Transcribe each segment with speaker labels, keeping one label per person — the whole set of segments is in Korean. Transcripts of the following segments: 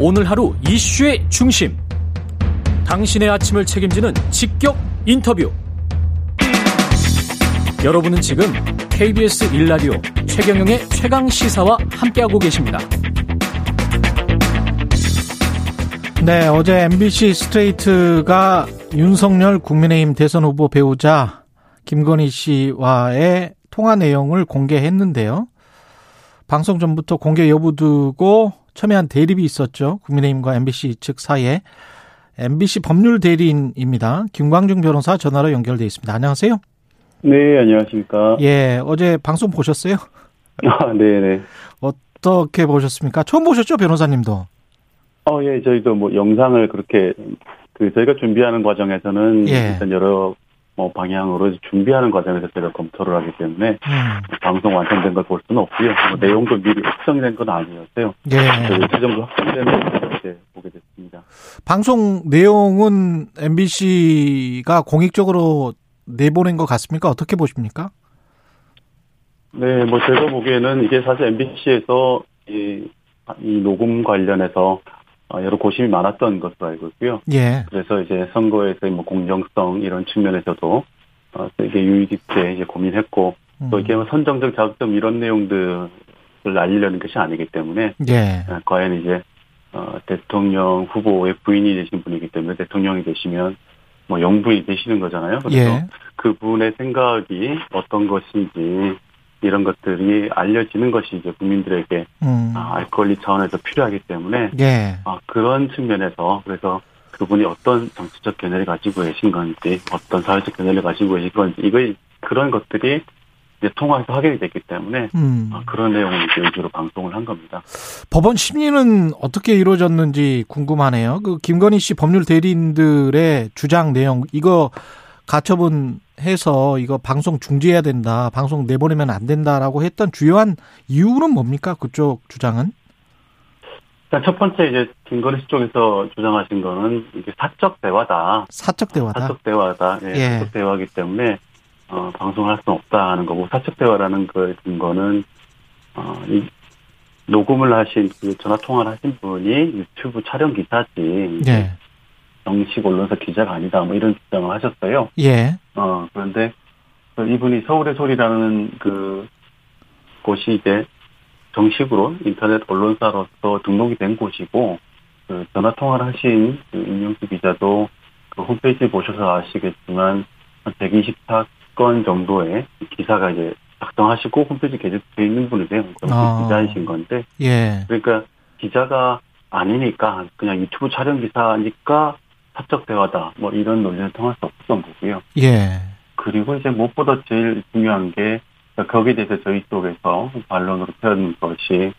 Speaker 1: 오늘 하루 이슈의 중심. 당신의 아침을 책임지는 직격 인터뷰. 여러분은 지금 KBS 1라디오 최경영의 최강 시사와 함께하고 계십니다.
Speaker 2: 네, 어제 MBC 스트레이트가 윤석열 국민의힘 대선 후보 배우자 김건희 씨와의 통화 내용을 공개했는데요. 방송 전부터 공개 여부 두고 첨예한 대립이 있었죠. 국민의힘과 MBC 측 사이에. MBC 법률 대리인입니다. 김광중 변호사 전화로 연결돼 있습니다. 안녕하세요.
Speaker 3: 네, 안녕하십니까.
Speaker 2: 예, 어제 방송 보셨어요? 예.
Speaker 3: 아, 네네.
Speaker 2: 어떻게 보셨습니까? 처음 보셨죠, 변호사님도?
Speaker 3: 어, 예, 저희도 뭐 영상을 그렇게, 그, 저희가 준비하는 과정에서는
Speaker 2: 예.
Speaker 3: 일단 여러 뭐 방향으로 준비하는 과정에서 저희가 검토를 하기 때문에
Speaker 2: 음,
Speaker 3: 방송 완성된 걸 볼 수는 없고요. 뭐 내용도 미리 확정이 된 건 아니었어요.
Speaker 2: 예.
Speaker 3: 저희 최종도 확정되면 이렇게 보게 됐습니다.
Speaker 2: 방송 내용은 MBC가 공익적으로 내보낸 것 같습니까? 어떻게 보십니까?
Speaker 3: 네, 뭐 제가 보기에는 이게 사실 MBC에서 이, 이 녹음 관련해서 어, 여러 고심이 많았던 것으로 알고 있고요.
Speaker 2: 예.
Speaker 3: 그래서 이제 선거에서의 뭐 공정성 이런 측면에서도 어, 되게 유익 있게 이제 고민했고
Speaker 2: 음,
Speaker 3: 또 이게 뭐 선정적 자극점 이런 내용들을 알리려는 것이 아니기 때문에
Speaker 2: 예.
Speaker 3: 어, 과연 이제 어, 대통령 후보의 부인이 되신 분이기 때문에 대통령이 되시면 뭐 영부인이 되시는 거잖아요. 그래서
Speaker 2: 예.
Speaker 3: 그분의 생각이 어떤 것인지 이런 것들이 알려지는 것이 이제 국민들에게
Speaker 2: 음.
Speaker 3: 아, 알 권리 차원에서 필요하기 때문에
Speaker 2: 예.
Speaker 3: 아, 그런 측면에서 그래서 그분이 어떤 정치적 견해를 가지고 계신 건지 어떤 사회적 견해를 가지고 계신 건지 이거 그런 것들이 이제 통화에서 확인이 됐기 때문에
Speaker 2: 음.
Speaker 3: 아, 그런 내용을 이제 위주로 방송을 한 겁니다.
Speaker 2: 법원 심리는 어떻게 이루어졌는지 궁금하네요. 그 김건희 씨 법률 대리인들의 주장 내용 이거 가처분 해서 이거 방송 중지해야 된다. 방송 내보내면 안 된다라고 했던 주요한 이유는 뭡니까? 그쪽 주장은?
Speaker 3: 일단 첫 번째 이제 김건희 씨 쪽에서 주장하신 거는 이게 사적 대화다.
Speaker 2: 사적 대화다.
Speaker 3: 사적 대화다. 예,
Speaker 2: 예.
Speaker 3: 사적 대화기 때문에 어, 방송을 할 수는 없다는 거고 사적 대화라는 그 근거는 어, 이 녹음을 하신 그 전화 통화를 하신 분이 유튜브 촬영 기사지
Speaker 2: 예.
Speaker 3: 정식 언론사 기자가 아니다 뭐 이런 주장을 하셨어요.
Speaker 2: 예.
Speaker 3: 어 그런데 그 이분이 서울의 소리라는 그 곳이 이제 정식으로 인터넷 언론사로서 등록이 된 곳이고 그 전화 통화를 하신 그 임명수 기자도 그 홈페이지 보셔서 아시겠지만 한 124건 정도의 기사가 이제 작성하시고 홈페이지 게재돼 있는 분이세요. 정식
Speaker 2: 아.
Speaker 3: 기자이신 건데
Speaker 2: 예.
Speaker 3: 그러니까 기자가 아니니까 그냥 유튜브 촬영 기사니까 사적 대화다 뭐 이런 논리는 통할 수 없었던 거고요.
Speaker 2: 예.
Speaker 3: 그리고 이제 무엇보다 제일 중요한 게 그러니까 거기에 대해서 저희 쪽에서 반론으로 표현 것이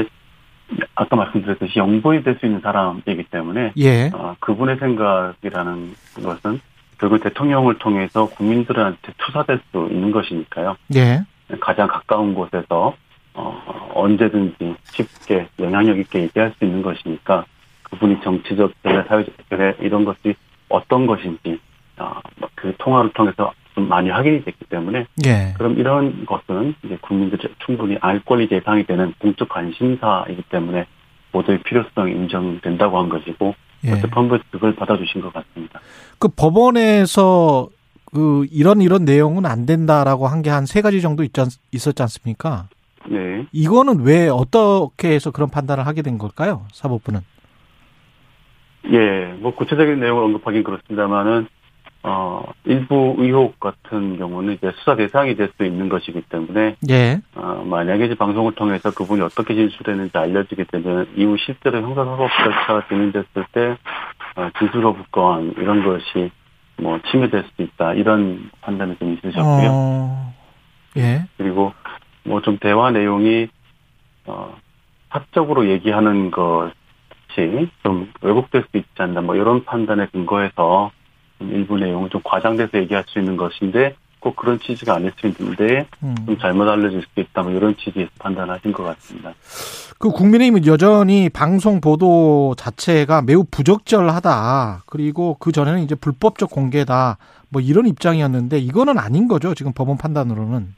Speaker 3: 이제 아까 말씀드렸듯이 영부이 될 수 있는 사람이기 때문에
Speaker 2: 예.
Speaker 3: 아, 그분의 생각이라는 것은 결국 대통령을 통해서 국민들한테 투사될 수 있는 것이니까요.
Speaker 2: 예.
Speaker 3: 가장 가까운 곳에서 어, 언제든지 쉽게 영향력 있게 얘기할 수 있는 것이니까 그분이 정치적 견해, 사회적 견해 이런 것이 어떤 것인지 아, 그 통화를 통해서 좀 많이 확인이 됐기 때문에
Speaker 2: 예.
Speaker 3: 그럼 이런 것은 이제 국민들이 충분히 알 권리 대상이 되는 공적 관심사이기 때문에 모두의 필요성이 인정된다고 한 것이고
Speaker 2: 예.
Speaker 3: 재판부에서 그걸 받아주신 것 같습니다.
Speaker 2: 그 법원에서 그 이런 이런 내용은 안 된다라고 한 게 한 세 가지 정도 있지 않, 있었지 않습니까?
Speaker 3: 네.
Speaker 2: 이거는 왜 어떻게 해서 그런 판단을 하게 된 걸까요? 사법부는.
Speaker 3: 예, 뭐 구체적인 내용을 언급하긴 그렇습니다만은 어 일부 의혹 같은 경우는 이제 수사 대상이 될 수 있는 것이기 때문에
Speaker 2: 예.
Speaker 3: 어, 만약에 이제 방송을 통해서 그분이 어떻게 진술했는지 알려지게 되면 이후 실제로 형사사법 절차가 진행됐을 때 어, 진술 거부권 이런 것이 뭐 침해될 수도 있다 이런 판단이 좀 있으셨고요.
Speaker 2: 어, 예.
Speaker 3: 그리고 뭐 좀 대화 내용이 어 사적으로 얘기하는 것이 좀 왜곡될 수 있지 않나 뭐 이런 판단에 근거해서 좀 일부 내용을 좀 과장돼서 얘기할 수 있는 것인데 꼭 그런 취지가 아닐 수 있는데
Speaker 2: 음.
Speaker 3: 좀 잘못 알려질 수도 있다 뭐 이런 취지에서 판단하신 것 같습니다.
Speaker 2: 그 국민의힘은 여전히 방송 보도 자체가 매우 부적절하다. 그리고 그 전에는 이제 불법적 공개다. 뭐 이런 입장이었는데 이거는 아닌 거죠. 지금 법원 판단으로는.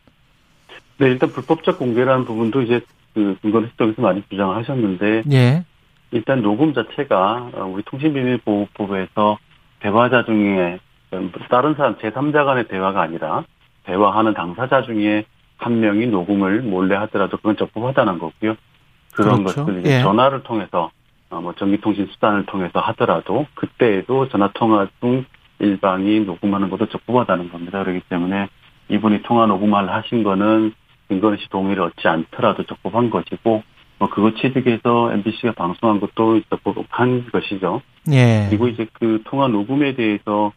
Speaker 3: 네 일단 불법적 공개라는 부분도 이제 그 근거를 시적에서 많이 주장하셨는데
Speaker 2: 예.
Speaker 3: 일단 녹음 자체가 어, 우리 통신비밀보호법에서 대화자 중에 음, 다른 사람 제3자 간의 대화가 아니라 대화하는 당사자 중에 한 명이 녹음을 몰래 하더라도 그건 적법하다는 거고요. 그런
Speaker 2: 그렇죠.
Speaker 3: 것을
Speaker 2: 예.
Speaker 3: 이제 전화를 통해서 어, 뭐 전기통신 수단을 통해서 하더라도 그때에도 전화 통화 중 일방이 녹음하는 것도 적법하다는 겁니다. 그렇기 때문에 이분이 통화 녹음을 하신 거는 근거시 동의를 얻지 않더라도 적법한 것이고 뭐 그거 취득해서 MBC가 방송한 것도 적법한 것이죠.
Speaker 2: 예.
Speaker 3: 그리고 이제 그 통화 녹음에 대해서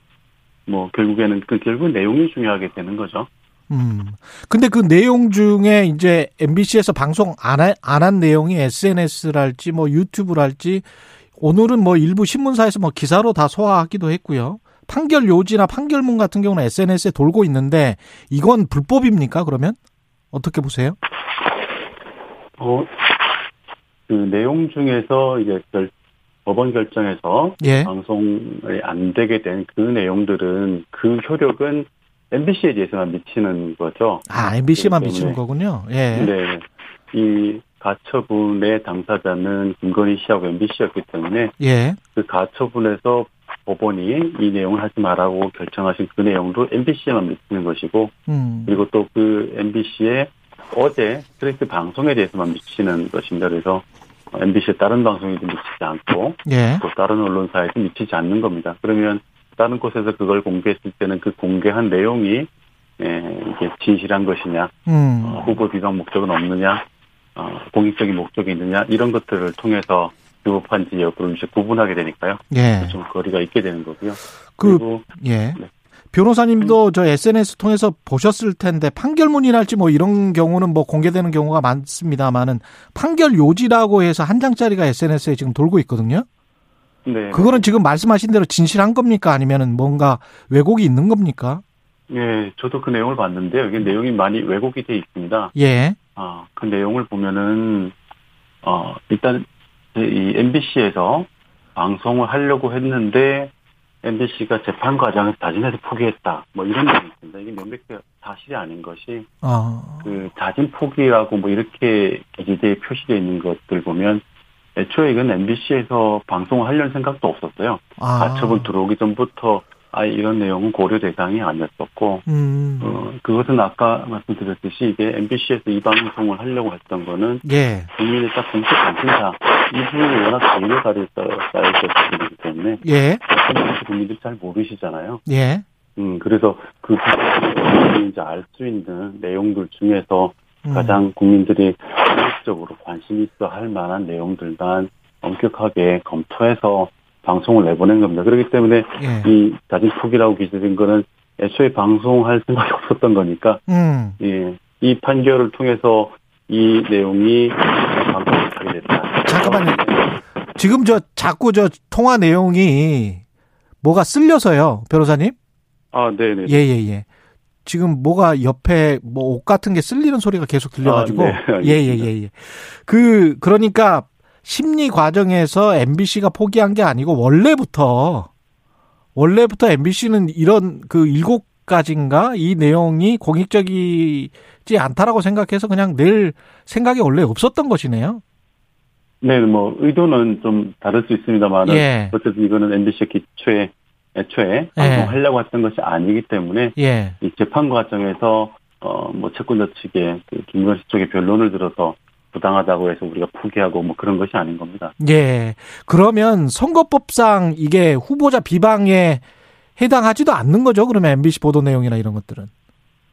Speaker 3: 뭐 결국에는 그 결국 내용이 중요하게 되는 거죠.
Speaker 2: 음. 근데 그 내용 중에 이제 MBC에서 방송 안 한 내용이 SNS랄지 뭐 유튜브랄지 오늘은 뭐 일부 신문사에서 뭐 기사로 다 소화하기도 했고요. 판결 요지나 판결문 같은 경우는 SNS에 돌고 있는데 이건 불법입니까? 그러면 어떻게 보세요?
Speaker 3: 어, 그 내용 중에서 이제 결, 법원 결정에서
Speaker 2: 예.
Speaker 3: 방송이 안 되게 된 그 내용들은 그 효력은 MBC에 대해서만 미치는 거죠.
Speaker 2: 아, MBC만
Speaker 3: 네,
Speaker 2: 미치는
Speaker 3: 네.
Speaker 2: 거군요. 예.
Speaker 3: 근데 이 가처분의 당사자는 김건희 씨하고 MBC였기 때문에
Speaker 2: 예.
Speaker 3: 그 가처분에서 법원이 이 내용을 하지 말라고 결정하신 그 내용도 MBC에만 미치는 것이고
Speaker 2: 음.
Speaker 3: 그리고 또 그 MBC의 어제 스트레이트 방송에 대해서만 미치는 것입니다. 그래서 MBC의 다른 방송에도 미치지 않고
Speaker 2: 예.
Speaker 3: 또 다른 언론사에도 미치지 않는 겁니다. 그러면 다른 곳에서 그걸 공개했을 때는 그 공개한 내용이 예, 이게 진실한 것이냐,
Speaker 2: 음.
Speaker 3: 어, 후보 비방 목적은 없느냐, 어, 공익적인 목적이 있느냐 이런 것들을 통해서 위법한지 여부를 이제 구분하게 되니까요.
Speaker 2: 예.
Speaker 3: 좀 거리가 있게 되는 거고요.
Speaker 2: 그
Speaker 3: 그리고
Speaker 2: 예.
Speaker 3: 네.
Speaker 2: 변호사님도 저 SNS 통해서 보셨을 텐데 판결문이랄지 뭐 이런 경우는 뭐 공개되는 경우가 많습니다만은 판결 요지라고 해서 한 장짜리가 SNS에 지금 돌고 있거든요.
Speaker 3: 네,
Speaker 2: 그거는 지금 말씀하신 대로 진실한 겁니까 아니면은 뭔가 왜곡이 있는 겁니까?
Speaker 3: 예, 저도 그 내용을 봤는데요. 이게 내용이 많이 왜곡이 돼 있습니다.
Speaker 2: 예.
Speaker 3: 아, 그 내용을 보면은, 어, 일단, 이 MBC에서 방송을 하려고 했는데, MBC가 재판 과정에서 다짐해서 포기했다. 뭐 이런 내용이 있습니다. 이게 명백히 사실이 아닌 것이,
Speaker 2: 어.
Speaker 3: 그 자진 포기라고 뭐 이렇게 기재에 표시되어 있는 것들 보면, 애초에 이건 MBC에서 방송을 하려는 생각도 없었어요.
Speaker 2: 아.
Speaker 3: 가처분 들어오기 전부터, 아, 이런 내용은 고려 대상이 아니었었고,
Speaker 2: 음.
Speaker 3: 어, 그것은 아까 말씀드렸듯이 이게 MBC에서 이 방송을 하려고 했던 거는
Speaker 2: 예.
Speaker 3: 국민의 딱 공식 관심사 이분이 워낙 대의에 가려 쌓여있었기 때문에
Speaker 2: 예.
Speaker 3: 사실 국민들이 잘 모르시잖아요.
Speaker 2: 예.
Speaker 3: 음 그래서 그 국민들이 알수 있는 내용들 중에서
Speaker 2: 음.
Speaker 3: 가장 국민들이 공식적으로 관심 있어 할 만한 내용들만 엄격하게 검토해서 방송을 내보낸 겁니다. 그렇기 때문에
Speaker 2: 예.
Speaker 3: 이 자진 포기라고 기재된 거는 애초에 방송할 생각이 없었던 거니까
Speaker 2: 음.
Speaker 3: 예, 이 판결을 통해서 이 내용이 방송이 가게 됐다.
Speaker 2: 잠깐만요. 지금 저 자꾸 저 통화 내용이 뭐가 쓸려서요, 변호사님?
Speaker 3: 아, 네네.
Speaker 2: 예, 예, 예. 지금 뭐가 옆에 뭐 옷 같은 게 쓸리는 소리가 계속 들려가지고.
Speaker 3: 아, 네, 알겠습니다.
Speaker 2: 예, 예, 예, 예. 그, 그러니까 심리 과정에서 MBC가 포기한 게 아니고 원래부터, 원래부터 MBC는 이런 그 일곱 가지인가 이 내용이 공익적이지 않다라고 생각해서 그냥 낼 생각이 원래 없었던 것이네요.
Speaker 3: 네, 뭐 의도는 좀 다를 수 있습니다만
Speaker 2: 예.
Speaker 3: 어쨌든 이거는 MBC 기초에 애초에
Speaker 2: 예.
Speaker 3: 방송하려고 했던 것이 아니기 때문에
Speaker 2: 예.
Speaker 3: 이 재판 과정에서 어 뭐 채권자 측의 그 김건희 씨 쪽의 변론을 들어서 부당하다고 해서 우리가 포기하고 뭐 그런 것이 아닌 겁니다.
Speaker 2: 예. 그러면 선거법상 이게 후보자 비방에 해당하지도 않는 거죠. 그러면 MBC 보도 내용이나 이런 것들은.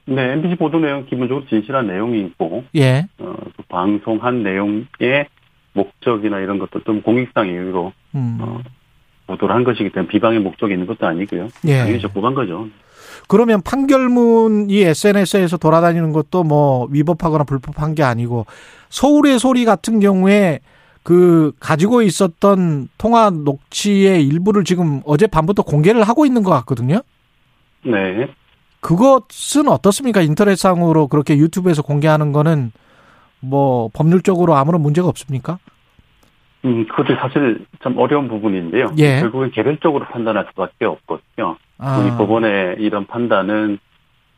Speaker 3: 네, MBC 보도 내용 기본적으로 진실한 내용이 있고
Speaker 2: 예.
Speaker 3: 어, 그 방송한 내용의 목적이나 이런 것도 좀 공익상 이유로
Speaker 2: 음.
Speaker 3: 어, 보도를 한 것이기 때문에 비방의 목적이 있는 것도 아니고요.
Speaker 2: 예.
Speaker 3: 당연히 적법한 거죠.
Speaker 2: 그러면 판결문이 SNS에서 돌아다니는 것도 뭐 위법하거나 불법한 게 아니고 서울의 소리 같은 경우에 그 가지고 있었던 통화 녹취의 일부를 지금 어젯밤부터 공개를 하고 있는 것 같거든요.
Speaker 3: 네.
Speaker 2: 그것은 어떻습니까? 인터넷상으로 그렇게 유튜브에서 공개하는 거는 뭐 법률적으로 아무런 문제가 없습니까?
Speaker 3: 음, 그것도 사실 참 어려운 부분인데요.
Speaker 2: 예.
Speaker 3: 결국엔 개별적으로 판단할 수밖에 없거든요.
Speaker 2: 아,
Speaker 3: 우리 법원의 이런 판단은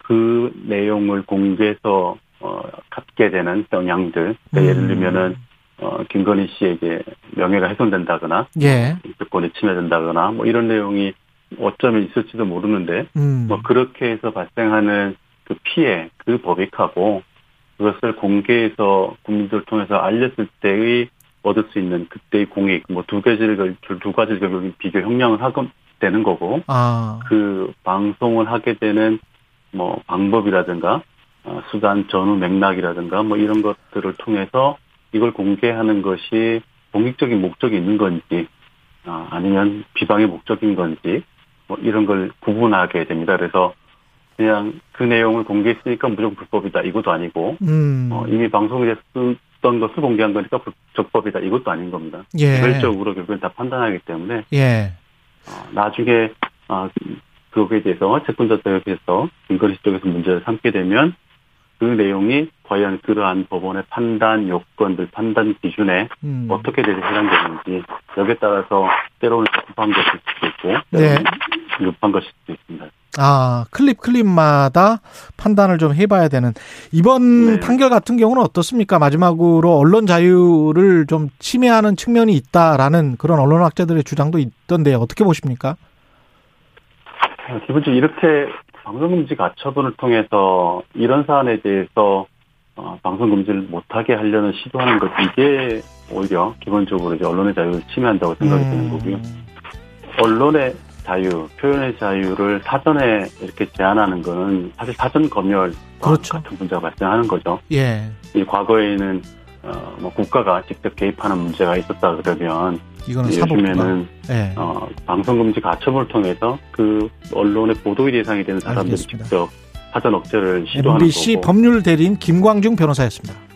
Speaker 3: 그 내용을 공개해서 어, 갖게 되는 영향들. 그러니까 예를
Speaker 2: 음.
Speaker 3: 들면은 어, 김건희 씨에게 명예가 훼손된다거나
Speaker 2: 예.
Speaker 3: 인권이 침해된다거나 뭐 이런 내용이 어쩌면 있을지도 모르는데
Speaker 2: 음.
Speaker 3: 뭐 그렇게 해서 발생하는 그 피해 그 법익하고 그것을 공개해서 국민들 통해서 알렸을 때의 얻을 수 있는 그때의 공익 뭐 두 가지를 결- 두 가지를 결국 비교 형량을 하게 되는 거고
Speaker 2: 아.
Speaker 3: 그 방송을 하게 되는 뭐 방법이라든가 어, 수단 전후 맥락이라든가 뭐 이런 것들을 통해서 이걸 공개하는 것이 공익적인 목적이 있는 건지 아, 아니면 비방의 목적인 건지 뭐 이런 걸 구분하게 됩니다. 그래서 그냥 그 내용을 공개했으니까 무조건 불법이다 이것도 아니고
Speaker 2: 음.
Speaker 3: 어, 이미 방송에 썼던 것을 공개한 거니까 불- 적법이다 이것도 아닌 겁니다.
Speaker 2: 예.
Speaker 3: 개별적으로 결국엔 다 판단하기 때문에
Speaker 2: 예.
Speaker 3: 어, 나중에 아, 그거에 대해서 채권자 쪽에서 김건희 씨 쪽에서 문제를 삼게 되면 그 내용이 과연 그러한 법원의 판단 요건들, 판단 기준에
Speaker 2: 음.
Speaker 3: 어떻게 대- 해당되는지 여기에 따라서 때로는 급한 것일 수도 있고
Speaker 2: 네.
Speaker 3: 때로는 급한 것일 수도 있습니다.
Speaker 2: 아, 클립 클립마다 판단을 좀 해봐야 되는 이번
Speaker 3: 네.
Speaker 2: 판결 같은 경우는 어떻습니까? 마지막으로 언론 자유를 좀 침해하는 측면이 있다라는 그런 언론학자들의 주장도 있던데 어떻게 보십니까?
Speaker 3: 아, 기본적으로 이렇게 방송금지 가처분을 통해서 이런 사안에 대해서 어, 방송금지를 못하게 하려는 시도하는 것 이게 오히려 기본적으로 이제 언론의 자유를 침해한다고 생각이 드는 거고요.
Speaker 2: 음,
Speaker 3: 언론의 자유, 표현의 자유를 사전에 이렇게 제한하는 거는 사실 사전 검열
Speaker 2: 그렇죠.
Speaker 3: 같은 문제가 발생하는 거죠.
Speaker 2: 예,
Speaker 3: 이 과거에는 어, 뭐 국가가 직접 개입하는 문제가 있었다 그러면
Speaker 2: 이거는 사법부가.
Speaker 3: 네, 요즘에는
Speaker 2: 예,
Speaker 3: 어, 방송금지 가처분을 통해서 그 언론의 보도의 대상이 되는 사람들이
Speaker 2: 알겠습니다.
Speaker 3: 직접 사전 억제를 시도하는
Speaker 2: MBC
Speaker 3: 거고
Speaker 2: 법률 대리인 김광중 변호사였습니다.